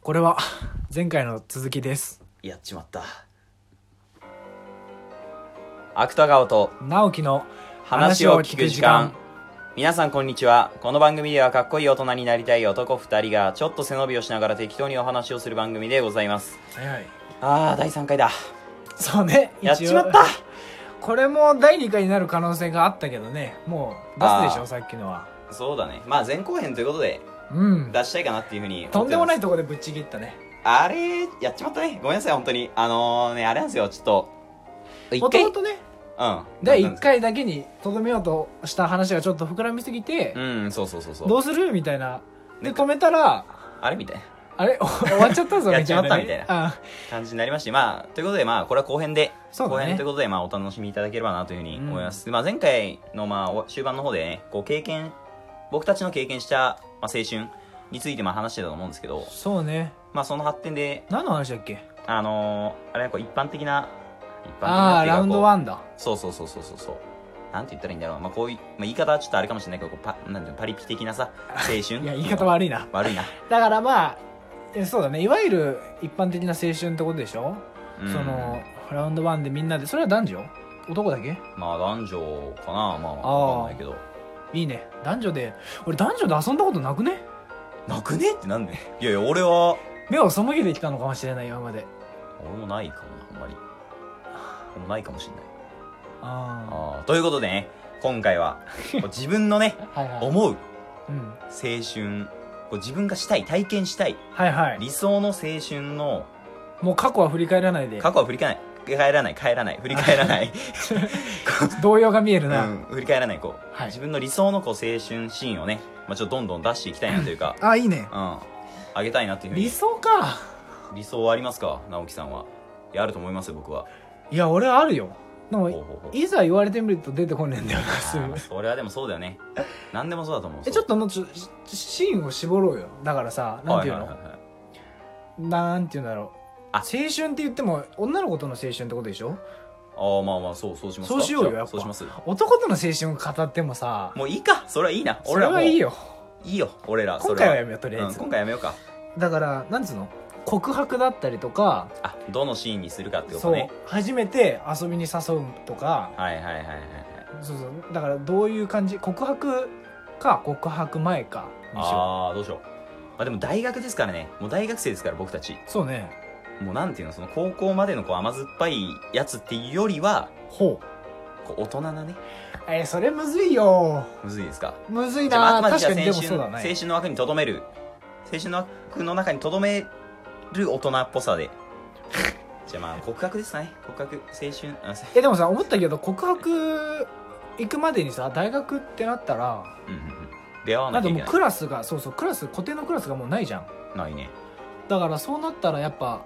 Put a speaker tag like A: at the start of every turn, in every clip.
A: これは前回の続きです
B: やっちまった芥川と
A: 直樹の
B: 話を聞く時間皆さんこんにちはこの番組ではかっこいい大人になりたい男2人がちょっと背伸びをしながら適当にお話をする番組でございます
A: はいはい
B: あー第3回だ
A: そうね
B: やっち
A: 一応
B: まった
A: これも第2回になる可能性があったけどねもう出すでし
B: あ
A: ょ
B: ー
A: さっきのは
B: そうだねまあ前後編ということで
A: うん
B: 出したいかなっていうふうに
A: とんでもないいとこでぶっちぎったね
B: あれやっちまったねごめんなさい本当にあのねあれなんですよちょっと一
A: もともとね
B: うん
A: 第1回だけにとどめようとした話がちょっと膨らみすぎて
B: うんそうそうそうそ
A: ど
B: う
A: うするみたいなで
B: ね
A: 止めたら
B: あれみたいな
A: あれ 終わっちゃったぞ
B: や
A: み
B: っち
A: たいな
B: ま
A: ね
B: ったみたい
A: あ
B: 感じになりましてまあということでまあこれは後編で、
A: そうだ
B: 後
A: ね
B: 編ということでまあお楽しみいただければなというふうに思います、まあ、前回のまあお終盤の方でねこう経験僕たちの経験した、まあ、青春についてまあ話してたと思うんですけど、
A: そうね
B: まあ、その発展で
A: 何の話だっけ
B: あのーあれこう一般的な一般
A: あ
B: 的なっ
A: あー
B: ていうか
A: ラウン
B: こ
A: ド
B: う
A: ワンだ
B: そうそうそうそうそうそうなんて言ったらいいんだろう、まあ、こういう、まあ、言い方はちょっとあれかもしれないけどこうパなんていうのパリピ的なさ青春
A: いや言い方悪いな
B: 悪いな、
A: だからまあえそうだねいわゆる一般的な青春ってことでしょ、
B: うん
A: そのラウンドワンでみんなでそれは男女男だけ
B: まあ男女かなまあ
A: あー
B: わかんないけど
A: いいね男女で俺男女で遊んだことなくね
B: なくねってなんでいやいや俺は
A: 目を背けてきたのかもしれない今まで
B: 俺もないかもなあんまり俺もないかもしんない
A: あ
B: あーということでね今回 はこう自分のね
A: あはいはい、
B: 思う
A: うん、
B: 青春こう自分がしたい体験したい
A: はいはい
B: 理想の青春の
A: もう過去は振り返らないで
B: 過去は振り返らない帰らない帰らない振り返ら ない、
A: 動揺が見える
B: う
A: な、
B: ん、振り返らないこう、
A: はい
B: 自分の理想のこう青春シーンをね、まあ、ちょっとどんどん出していきたいなというか
A: あいいね
B: うんあげたいなっていうふう
A: 理
B: に
A: 想か
B: 理想はありますか直樹さんはいやあると思いますよ僕はい
A: や俺はあるよで
B: ほうほ
A: も
B: うほう
A: いざ言われてみると出てこねえんだよなす
B: あ
A: ぐ
B: ーそれはでもそうだよね何でもそうだと思う
A: えちょっとのちょシーンを絞ろうよだからさなんていうの、
B: はいはいはいはい
A: なんていうんだろう
B: あ
A: 青春って言っても女の子との青春ってことでしょ
B: ああまあまあそうそうしますか
A: そうしようよ
B: じゃあ
A: やっぱ
B: そうします
A: 男との青春を語ってもさ
B: もういいかそれはいいな
A: そ
B: 俺
A: れ
B: らも
A: は
B: う
A: いいよ
B: いいよ俺ら
A: 今回はや
B: め
A: めようとりあえず、
B: 今回やめようか
A: だからなんつうの告白だったりとか、
B: あどのシーンにするかってこと
A: そう
B: ね
A: 初めて遊びに誘うとか
B: はいはいはいはいはい
A: そうそうだからどういう感じ告白か告白前かにしよ
B: ああどうしようまあでも大学ですからねもう大学生ですから僕たち
A: うそうね
B: もうなんていうのその高校までのこう甘酸っぱいやつっていうよりは
A: ほう
B: こう大人なね
A: えーそれむずいよ
B: むずいですか
A: むずい
B: じゃあ
A: な
B: あくまで
A: 確
B: じゃ
A: か
B: あ
A: にで
B: 青
A: もそう
B: 春
A: だ
B: 青
A: ね
B: 春の枠にとどめる青春の枠の中にとどめる大人っぽさでじゃあまあ 告白ですかね告白青春あせ
A: えでもさ思ったけど告白行くまでにさ大学ってなったら
B: うんうんうん出会わ
A: だ
B: な
A: っ
B: き
A: て
B: ゃい
A: も
B: けな
A: う
B: い
A: クラスがそうそうクラス固定のクラスがもうないじゃん
B: ないね
A: だからそうなったらやっぱ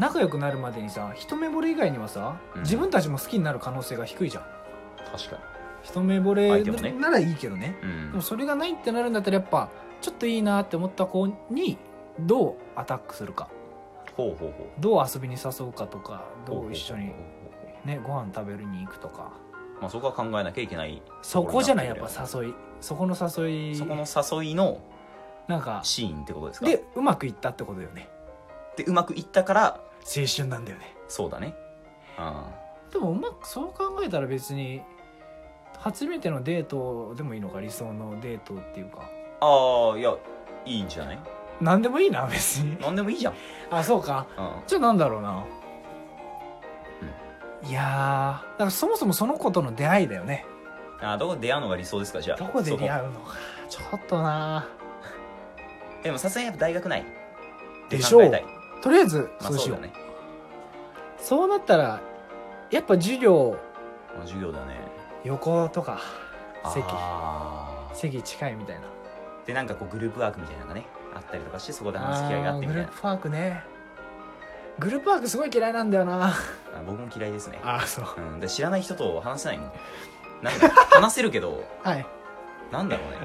A: 仲良くなるまでにさ一目惚れ以外にはさ、
B: うん
A: 自分たちも好きになる可能性が低いじゃん
B: 確か
A: 一目惚
B: 相手もね
A: れならいいけどね
B: にう
A: で
B: ん
A: もそれがないってなるんだったらやっぱちょっといいなって思った子にどうアタックするか
B: ほうほうほう
A: どう遊びに誘うかとかど
B: ほ
A: う一緒
B: ほ
A: に
B: うほうほ
A: ねご飯食べるに行くとか
B: うまあそこは考えなきゃいけない
A: そこじゃないやっ
B: ところ
A: ぱ
B: になって
A: 誘いそこの誘
B: くる
A: い
B: そこの誘いの
A: なんか
B: シーンってことですか
A: でうまくいったってことだよね
B: でうまくいったから
A: 青春なんだよね
B: そうだねあ
A: でもうまくそう考えたら別に初めてのデートでもいいのか理想のデートっていうか
B: ーあーいやいいんじゃない
A: 何でもいいな別に
B: なんでもいいじゃん、
A: あそうか
B: うん、
A: じゃあなんだろうな、いやーだからそもそもその子との出会いだよね
B: あーどこで出会うのが理想ですかじゃあ
A: どこで出
B: そ
A: 会うのかちょっとな
B: こでもさすがにやっぱ大学ない
A: でしょう
B: 考えたい
A: とりあえず
B: まあ
A: そうし
B: そう
A: よう,、
B: だね、
A: そうなったらやっぱ授業
B: まあ、授業だね
A: 横とか席
B: あー
A: 席近いみたいな
B: でなんかこうグループワークみたいなのがねあったりとかしてそこで話す機会があってみたい
A: あーグルー
B: な
A: プワークねグループワークすごい嫌いなんだよな
B: あ僕も嫌いですね
A: ああそう
B: うん、で知らない人と話せないもんなんか話せるけど
A: はい
B: なんだろうね、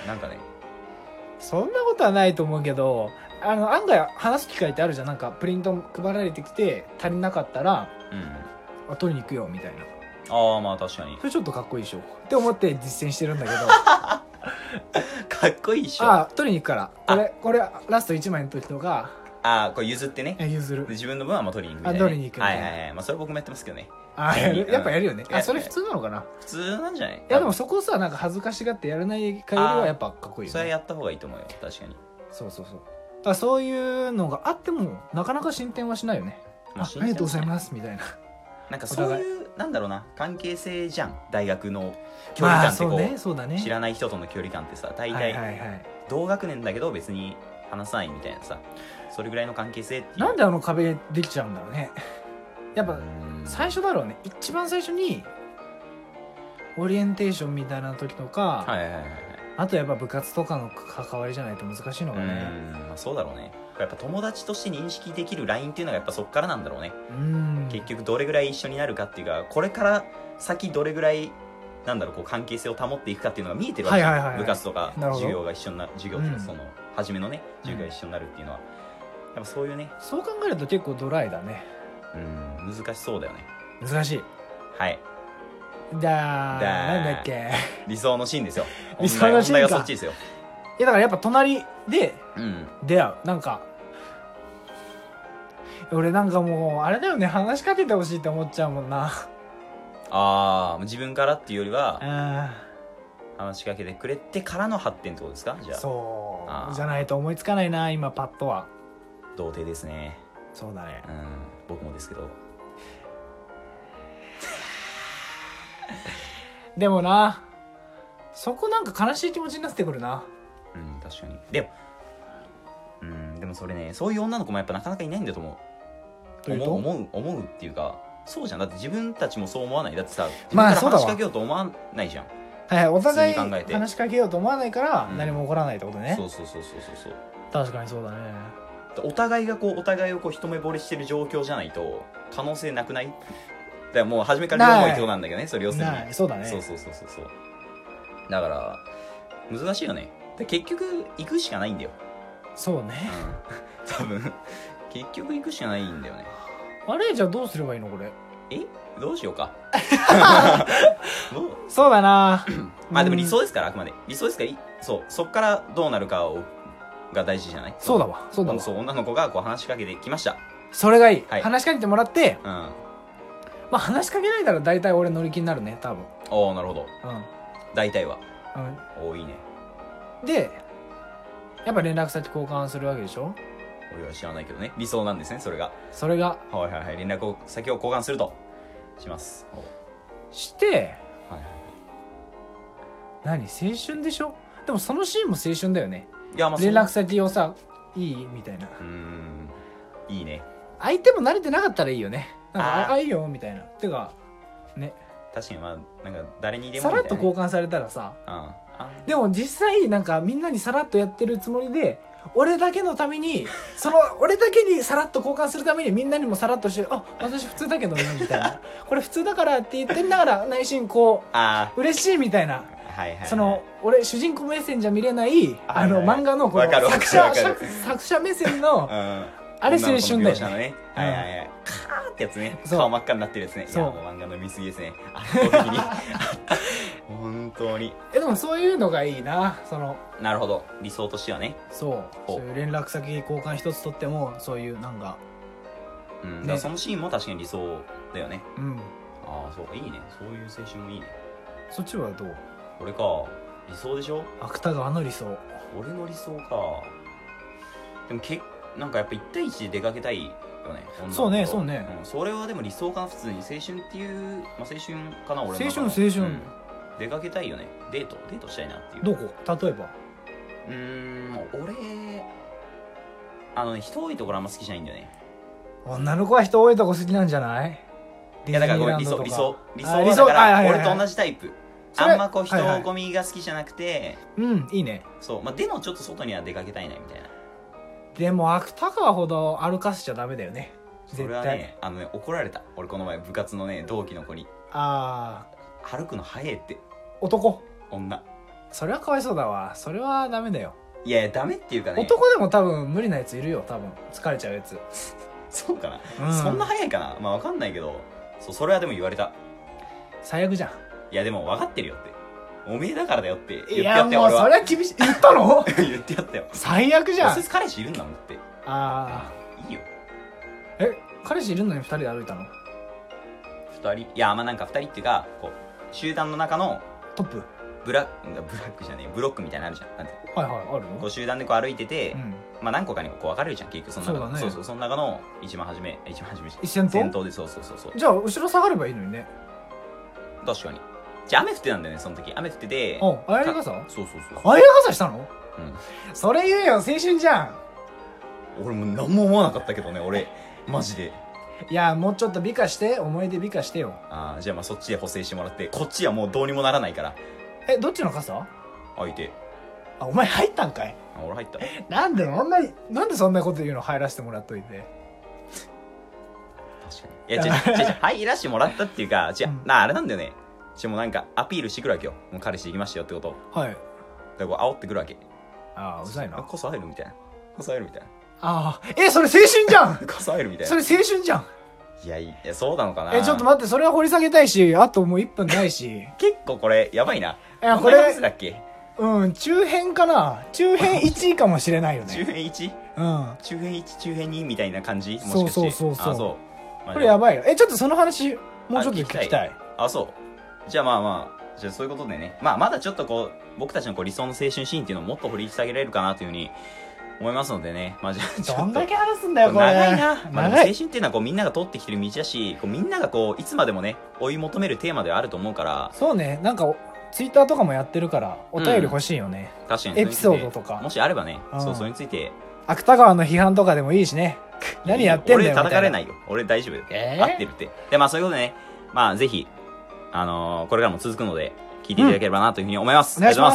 B: うん、なんかね
A: そんなことはないと思うけどあの案外話す機会ってあるじゃんなんかプリント配られてきて足りなかったら
B: うん
A: あ取りに行くよみたいな
B: ああまあ確かに
A: それちょっとかっこいいでしょって思って実践してるんだけど
B: かっこいいっしょあ
A: あ取りに行くからこれこれラスト1枚の時とか
B: あーこれ譲ってね
A: え譲
B: で
A: る
B: 自分の分はまあ取りに行くみたい
A: あ
B: な、ね、
A: 取りに行くみ
B: は
A: たい
B: い
A: な
B: はいはい、まあ、それ僕もやってますけどね
A: あやるやっぱやるよね
B: や
A: あそれ普通なのかな
B: 普通なんじゃない
A: いやでもそこさなんか恥ずかしがってやらない限りはやっぱかっこいい
B: そ
A: よ
B: れは
A: ね
B: やった方がいいと思うよ確かに、
A: そうそうそうだからそういうのがあってもなかなか進展はしないよね
B: ま
A: あありがとうござい
B: す
A: ますみたいな
B: なんかそういうなんだろうな関係性じゃん大学の 距
A: ま
B: 離
A: あ
B: 感って
A: そ
B: こ
A: う
B: う,、
A: ねそうだね
B: 知らない人との距離感ってさ大
A: はい
B: 体
A: はいはい
B: 同学年だけど別に話さないみたいなさそれぐらいの関係性っていう
A: なんであの壁できちゃうんだろうねやっぱ
B: うん
A: 最初だろうね一番最初にオリエンテーションみたいな時とか、
B: はいはいはいはい
A: あとやっぱ部活とかの関わりじゃないと難しいの
B: う
A: がね
B: ん、まあ、そうだろうねやっぱ友達として認識できるラインっていうのがやっぱそっからなんだろうね、
A: うん
B: 結局どれぐらい一緒になるかっていうかこれから先どれぐらいなんだろうこう関係性を保っていくかっていうのが見えてるわけ、
A: はいはいはいはい
B: 部活とか
A: なるほど
B: 授業が一緒にな授業っていうか
A: うん
B: その、初めのね授業が一緒になるっていうのは、やっぱそういうね、
A: そう考えると結構ドライだね
B: うん、難しそうだよね
A: 難しい
B: はい
A: だー
B: だー
A: なんだっけいや
B: 理想のシーンですよ
A: 理想のシーンか
B: 問題はそっちですよ
A: だからやっぱ隣で
B: うん
A: 出会うなんか俺なんかもうあれだよね話しかけてほしいって思っちゃうもんな
B: ああ自分からっていうよりは
A: う
B: 話しかけてくれてからの発展ってことですかじ
A: ん
B: ゃあ
A: そ
B: あー
A: うじゃないと思いつかないな今パッとは
B: 童貞ですね
A: そうだね
B: うん僕もですけど
A: でもなそこなんか悲しい気持ちになってくるな
B: うん確かにでもうんでもそれねそういう女の子もやっぱなかなかいないんだと思う
A: というと
B: 思う思う思うっていうかそうじゃんだって自分たちもそう思わないだってさ自分
A: ま
B: か
A: あ
B: ら
A: そうだ
B: 話
A: わ
B: しかけようと思わないじゃん、
A: はいはいお互い
B: 普通に考えて
A: 話しかけようと思わないから
B: うん
A: 何も起こらないってことね、
B: そうそうそうそうそうそう
A: 確かにそうだね
B: お互いがこうお互いをこう一目惚れしてる状況じゃないと可能性なくないだからもう初めから両思いってことなんだけどねそれ要するに、
A: ないそうだね
B: そうそうそうそうそうだから難しいよねで結局行くしかないんだよ、
A: そうね
B: 多分結局行くしかないんだよね
A: あれじゃあどうすればいいのこれ
B: えどうしよ うかどう
A: そうだな
B: まあでも理想ですからあくまで理想ですからいそうそっからどうなるかをが大事じゃない
A: そうだわそうだわ
B: そう女の子がこう話しかけてきました
A: それがいい、
B: はい
A: 話しかけてもらって
B: うんあ
A: まあ話しかけられたら大体俺乗り気になるね多分
B: あなるほど
A: う
B: 大体は
A: ん、
B: おおいいね
A: うん、でやっぱ連絡先交換するわけでしょ
B: 俺は知らないけどね理想なんですねそれが
A: それが
B: はいはいはい連絡を先を交換するとしますお
A: して
B: はいはい
A: 何青春でしょでもそのシーンも青春だよね
B: いやまあ
A: 連絡
B: そ
A: 先をさいいみたいな
B: ううーんいいね
A: 相手も慣れてなかったらいいよねなんか
B: あ
A: あ
B: ー
A: あいいよみたいなてかね
B: 確かにまあなんか誰にでも
A: さ
B: み
A: ら
B: たい
A: っ
B: な
A: と交換されたらさ
B: うんあ
A: でも実際なんかみんなにさらっとやってるつもりで俺だけのため にその俺だけにさらっと交換するためにみんなにもさらっとして「あ私普通だけどね」みたいな「これ普通だから」って言ってみながら内心こ
B: あ
A: う嬉しいみたいな
B: ーはいはいはい
A: その俺主人公目線じゃ見れない
B: は
A: あ
B: いはい
A: の漫画のこ
B: わかる
A: の
B: わか
A: 作
B: る
A: 者
B: わか
A: 作
B: る
A: 作者目線の
B: うん
A: あれ青春だ
B: 女の子の描写
A: よ
B: の
A: ね
B: ねはいはいはいカーってやつね
A: そう
B: 顔真っ赤になってるやつねい
A: そう
B: やもう漫画の見過ぎですね圧 倒的に本当に
A: えでもそういうのがいいなその
B: なるほど理想としてはね
A: そう
B: ほう
A: そういう連絡先交換一つ取ってもそういうなんか
B: う
A: ね
B: んだからそのシーンも確かに理想だよね
A: うん
B: ああそうかいいねそういう青春もいいね
A: そっちはどう
B: 俺か理想でしょ
A: 芥川の理想
B: 俺の理想かでもけなんかやっぱ1対1で出かけたいよね女の子と
A: そうねそうね
B: んそれはでも理想かな普通に青春っていう、まあ、青春かな俺の中
A: 青春
B: の
A: 青春
B: うん出かけたいよねデートデートしたいなっていう
A: どこ例えば
B: うーん俺あのね人多いところあんま好きじゃないんだよね
A: 女の子は人多いとこ好きなんじゃない
B: い
A: い
B: やだからごめん理想理想理想は
A: 理
B: だ
A: 想
B: か
A: はい
B: ら
A: はいはい
B: 俺と同じタイプ
A: それ
B: あんまこう人
A: はいはい
B: 混みが好きじゃなくて
A: うんいいね
B: そうまあでもちょっと外には出かけたいなみたいな
A: でも芥川ほど歩かせちゃダメだよね
B: それ
A: 絶
B: は
A: 対
B: ねあのね怒られた俺この前部活のね同期の子に
A: ああ
B: 歩くの早えって
A: 男
B: 女
A: それはかわいそうだわそれはダメだよ
B: いやいやダメっていうかね
A: 男でも多分無理なやついるよ多分疲れちゃうやつ、
B: そうかな、
A: うん
B: そんな早いかなまあわかんないけどそうそれはでも言われた
A: 最悪じゃん
B: いやでも分かってるよっておめえだからだよって言っ
A: い
B: てや
A: や
B: ったよ
A: もう
B: 俺
A: そ
B: は
A: れは厳しい言ったの
B: 言ってやったよ
A: 最悪じゃん
B: 直接彼氏いるんだもんって
A: あ
B: いいよ
A: あえ彼氏いるのに二人で歩いたの
B: 二人いやまあなんか二人っていうかこう集団の中の
A: トップ
B: ブラブラックじゃねえブロックみたいなのあるじゃんなんて
A: はいはいある
B: こ
A: の
B: う集団でこう歩いてて、
A: うん
B: まあ何個かにこう分かれるじゃん結局その中
A: そうだね
B: そうそうその中の一番初め 一番初め
A: 一先頭
B: 先頭でそうそうそうそう
A: じゃあ後ろ下がればいいのにね
B: 確かにじゃあ雨降ってたんだよねその時雨降ってて
A: おあやり傘
B: そうそうそう
A: あやり傘したの
B: うん
A: それ言えよ青春じゃん
B: 俺もう何も思わなかったけどね俺マジで
A: いやもうちょっと美化して思い出美化してよ
B: あーじゃあまあそっちで補正してもらってこっちはもうどうにもならないから
A: えどっちの傘
B: 相手
A: あお前入ったんかい
B: あ俺入った
A: なんでそんななんでそんなこと言うの入らせてもらっといて
B: 確かにいや違 う違う違う入らしてもらったっていうか違う、
A: うん
B: なああれなんだよねしもうなんかアピールしてくるわけよもう彼氏できましたよってことを
A: はい
B: だからこう煽ってくるわけ
A: ああうざいな
B: あ
A: あ
B: こそ入るみたいなこそ入るみたいな
A: あえそれ青春じ ゃん
B: こそ入るみたい
A: そ
B: な
A: れ青春じゃん
B: いやいやそうなのかな
A: えちょっと待ってそれは掘り下げたいしあともう1分ないし
B: 結構これやばいない
A: や
B: お前
A: これ
B: がいくつだっけ
A: うん中編かな中編1位かもしれないよ
B: 中
A: ね
B: 編 1?
A: うん
B: 中編1中編2みたいな感じもしかして
A: そうそうそうそう
B: あそまあ
A: これやばいよえちょっとその話もうちょっと
B: あ
A: 聞
B: 聞きたい
A: きたい
B: あそうじゃあまあまあじゃあそういうことでね、まあ、まだちょっとこう僕たちのこう理想の青春シーンっていうのをもっと掘り下げられるかなというふうに思いますのでね、まあ、じゃあちょっと
A: どんだ
B: け
A: け話すんだよこれ
B: 長いな、まあ、でも
A: 長
B: 青春
A: い
B: っていうのはこうみんなが通ってきてる道だしこうみんながこういつまでもね追い求めるテーマではあると思うから
A: そうねなんかツイッターとかもやってるからお便り欲しいよね、
B: 確かにそれについて
A: エピソードとか
B: もしあればね、
A: うん
B: そうそれについて
A: 芥川の批判とかでもいいし ね何やってんだよ
B: 俺叩かれないいよ俺大丈夫、
A: えー
B: 合ってるってでまあそういうことでねまあぜひあのーこれからも続くので聞いていただければなというふうに思います、
A: お願いします